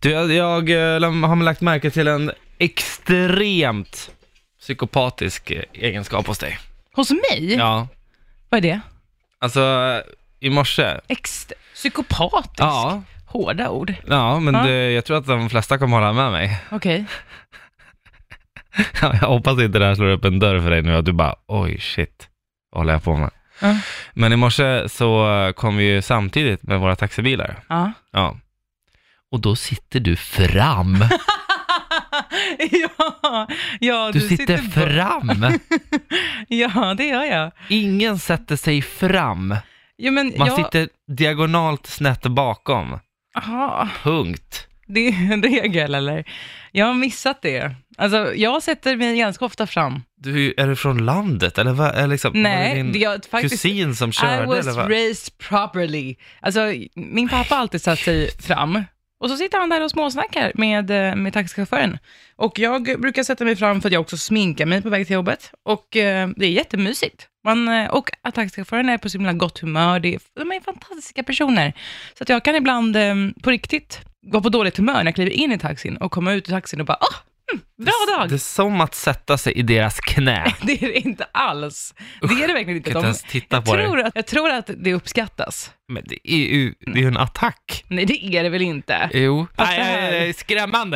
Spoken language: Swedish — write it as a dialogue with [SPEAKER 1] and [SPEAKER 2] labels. [SPEAKER 1] Du, jag, jag eh, lam- har lagt märke till en extremt psykopatisk eh, egenskap hos dig.
[SPEAKER 2] Hos mig?
[SPEAKER 1] Ja.
[SPEAKER 2] Vad är det?
[SPEAKER 1] Alltså, i morse.
[SPEAKER 2] Ext- psykopatisk?
[SPEAKER 1] Ja,
[SPEAKER 2] Hårda ord.
[SPEAKER 1] ja men
[SPEAKER 2] Ja.
[SPEAKER 1] Det, jag tror att de flesta kommer hålla med mig.
[SPEAKER 2] Okej.
[SPEAKER 1] Ja, jag hoppas inte det här slår upp en dörr för dig nu, att du bara oj shit, vad håller jag på med?
[SPEAKER 2] Ja.
[SPEAKER 1] Men i morse så eh, kom vi ju samtidigt med våra taxibilar.
[SPEAKER 2] Ja.
[SPEAKER 1] Ja. Och då sitter du fram.
[SPEAKER 2] ja, ja,
[SPEAKER 1] Du sitter
[SPEAKER 2] på-
[SPEAKER 1] fram.
[SPEAKER 2] Ja, det gör jag.
[SPEAKER 1] Ingen sätter sig fram.
[SPEAKER 2] Jo, men
[SPEAKER 1] Man
[SPEAKER 2] jag...
[SPEAKER 1] sitter diagonalt snett bakom.
[SPEAKER 2] Aha,
[SPEAKER 1] Punkt.
[SPEAKER 2] det är en regel, eller? Jag har missat det. Alltså, jag sätter mig ganska ofta fram.
[SPEAKER 1] Du, är du från landet eller vad? Är liksom, var det
[SPEAKER 2] Nej,
[SPEAKER 1] din
[SPEAKER 2] det jag faktiskt...
[SPEAKER 1] kusin som
[SPEAKER 2] I
[SPEAKER 1] körde
[SPEAKER 2] was
[SPEAKER 1] eller vad?
[SPEAKER 2] raised properly. Alltså, min pappa har alltid satt sig fram. Och så sitter han där och småsnackar med, eh, med taxichauffören. Och jag brukar sätta mig fram för att jag också sminkar mig på väg till jobbet. Och eh, det är jättemysigt. Man, eh, och att taxichauffören är på så himla gott humör. Det är, de är fantastiska personer. Så att jag kan ibland eh, på riktigt gå på dåligt humör när jag kliver in i taxin och komma ut ur taxin och bara åh, mm, bra dag!
[SPEAKER 1] Det är som att sätta sig i deras knä.
[SPEAKER 2] Det är det inte alls. Det är det verkligen inte.
[SPEAKER 1] Jag kan inte
[SPEAKER 2] De,
[SPEAKER 1] ens titta på dig.
[SPEAKER 2] tror att, jag tror att det uppskattas.
[SPEAKER 1] Men det är ju det är ju en attack.
[SPEAKER 2] Nej, det är det väl inte.
[SPEAKER 1] Jo.
[SPEAKER 2] Fast det här-
[SPEAKER 1] skrämmande.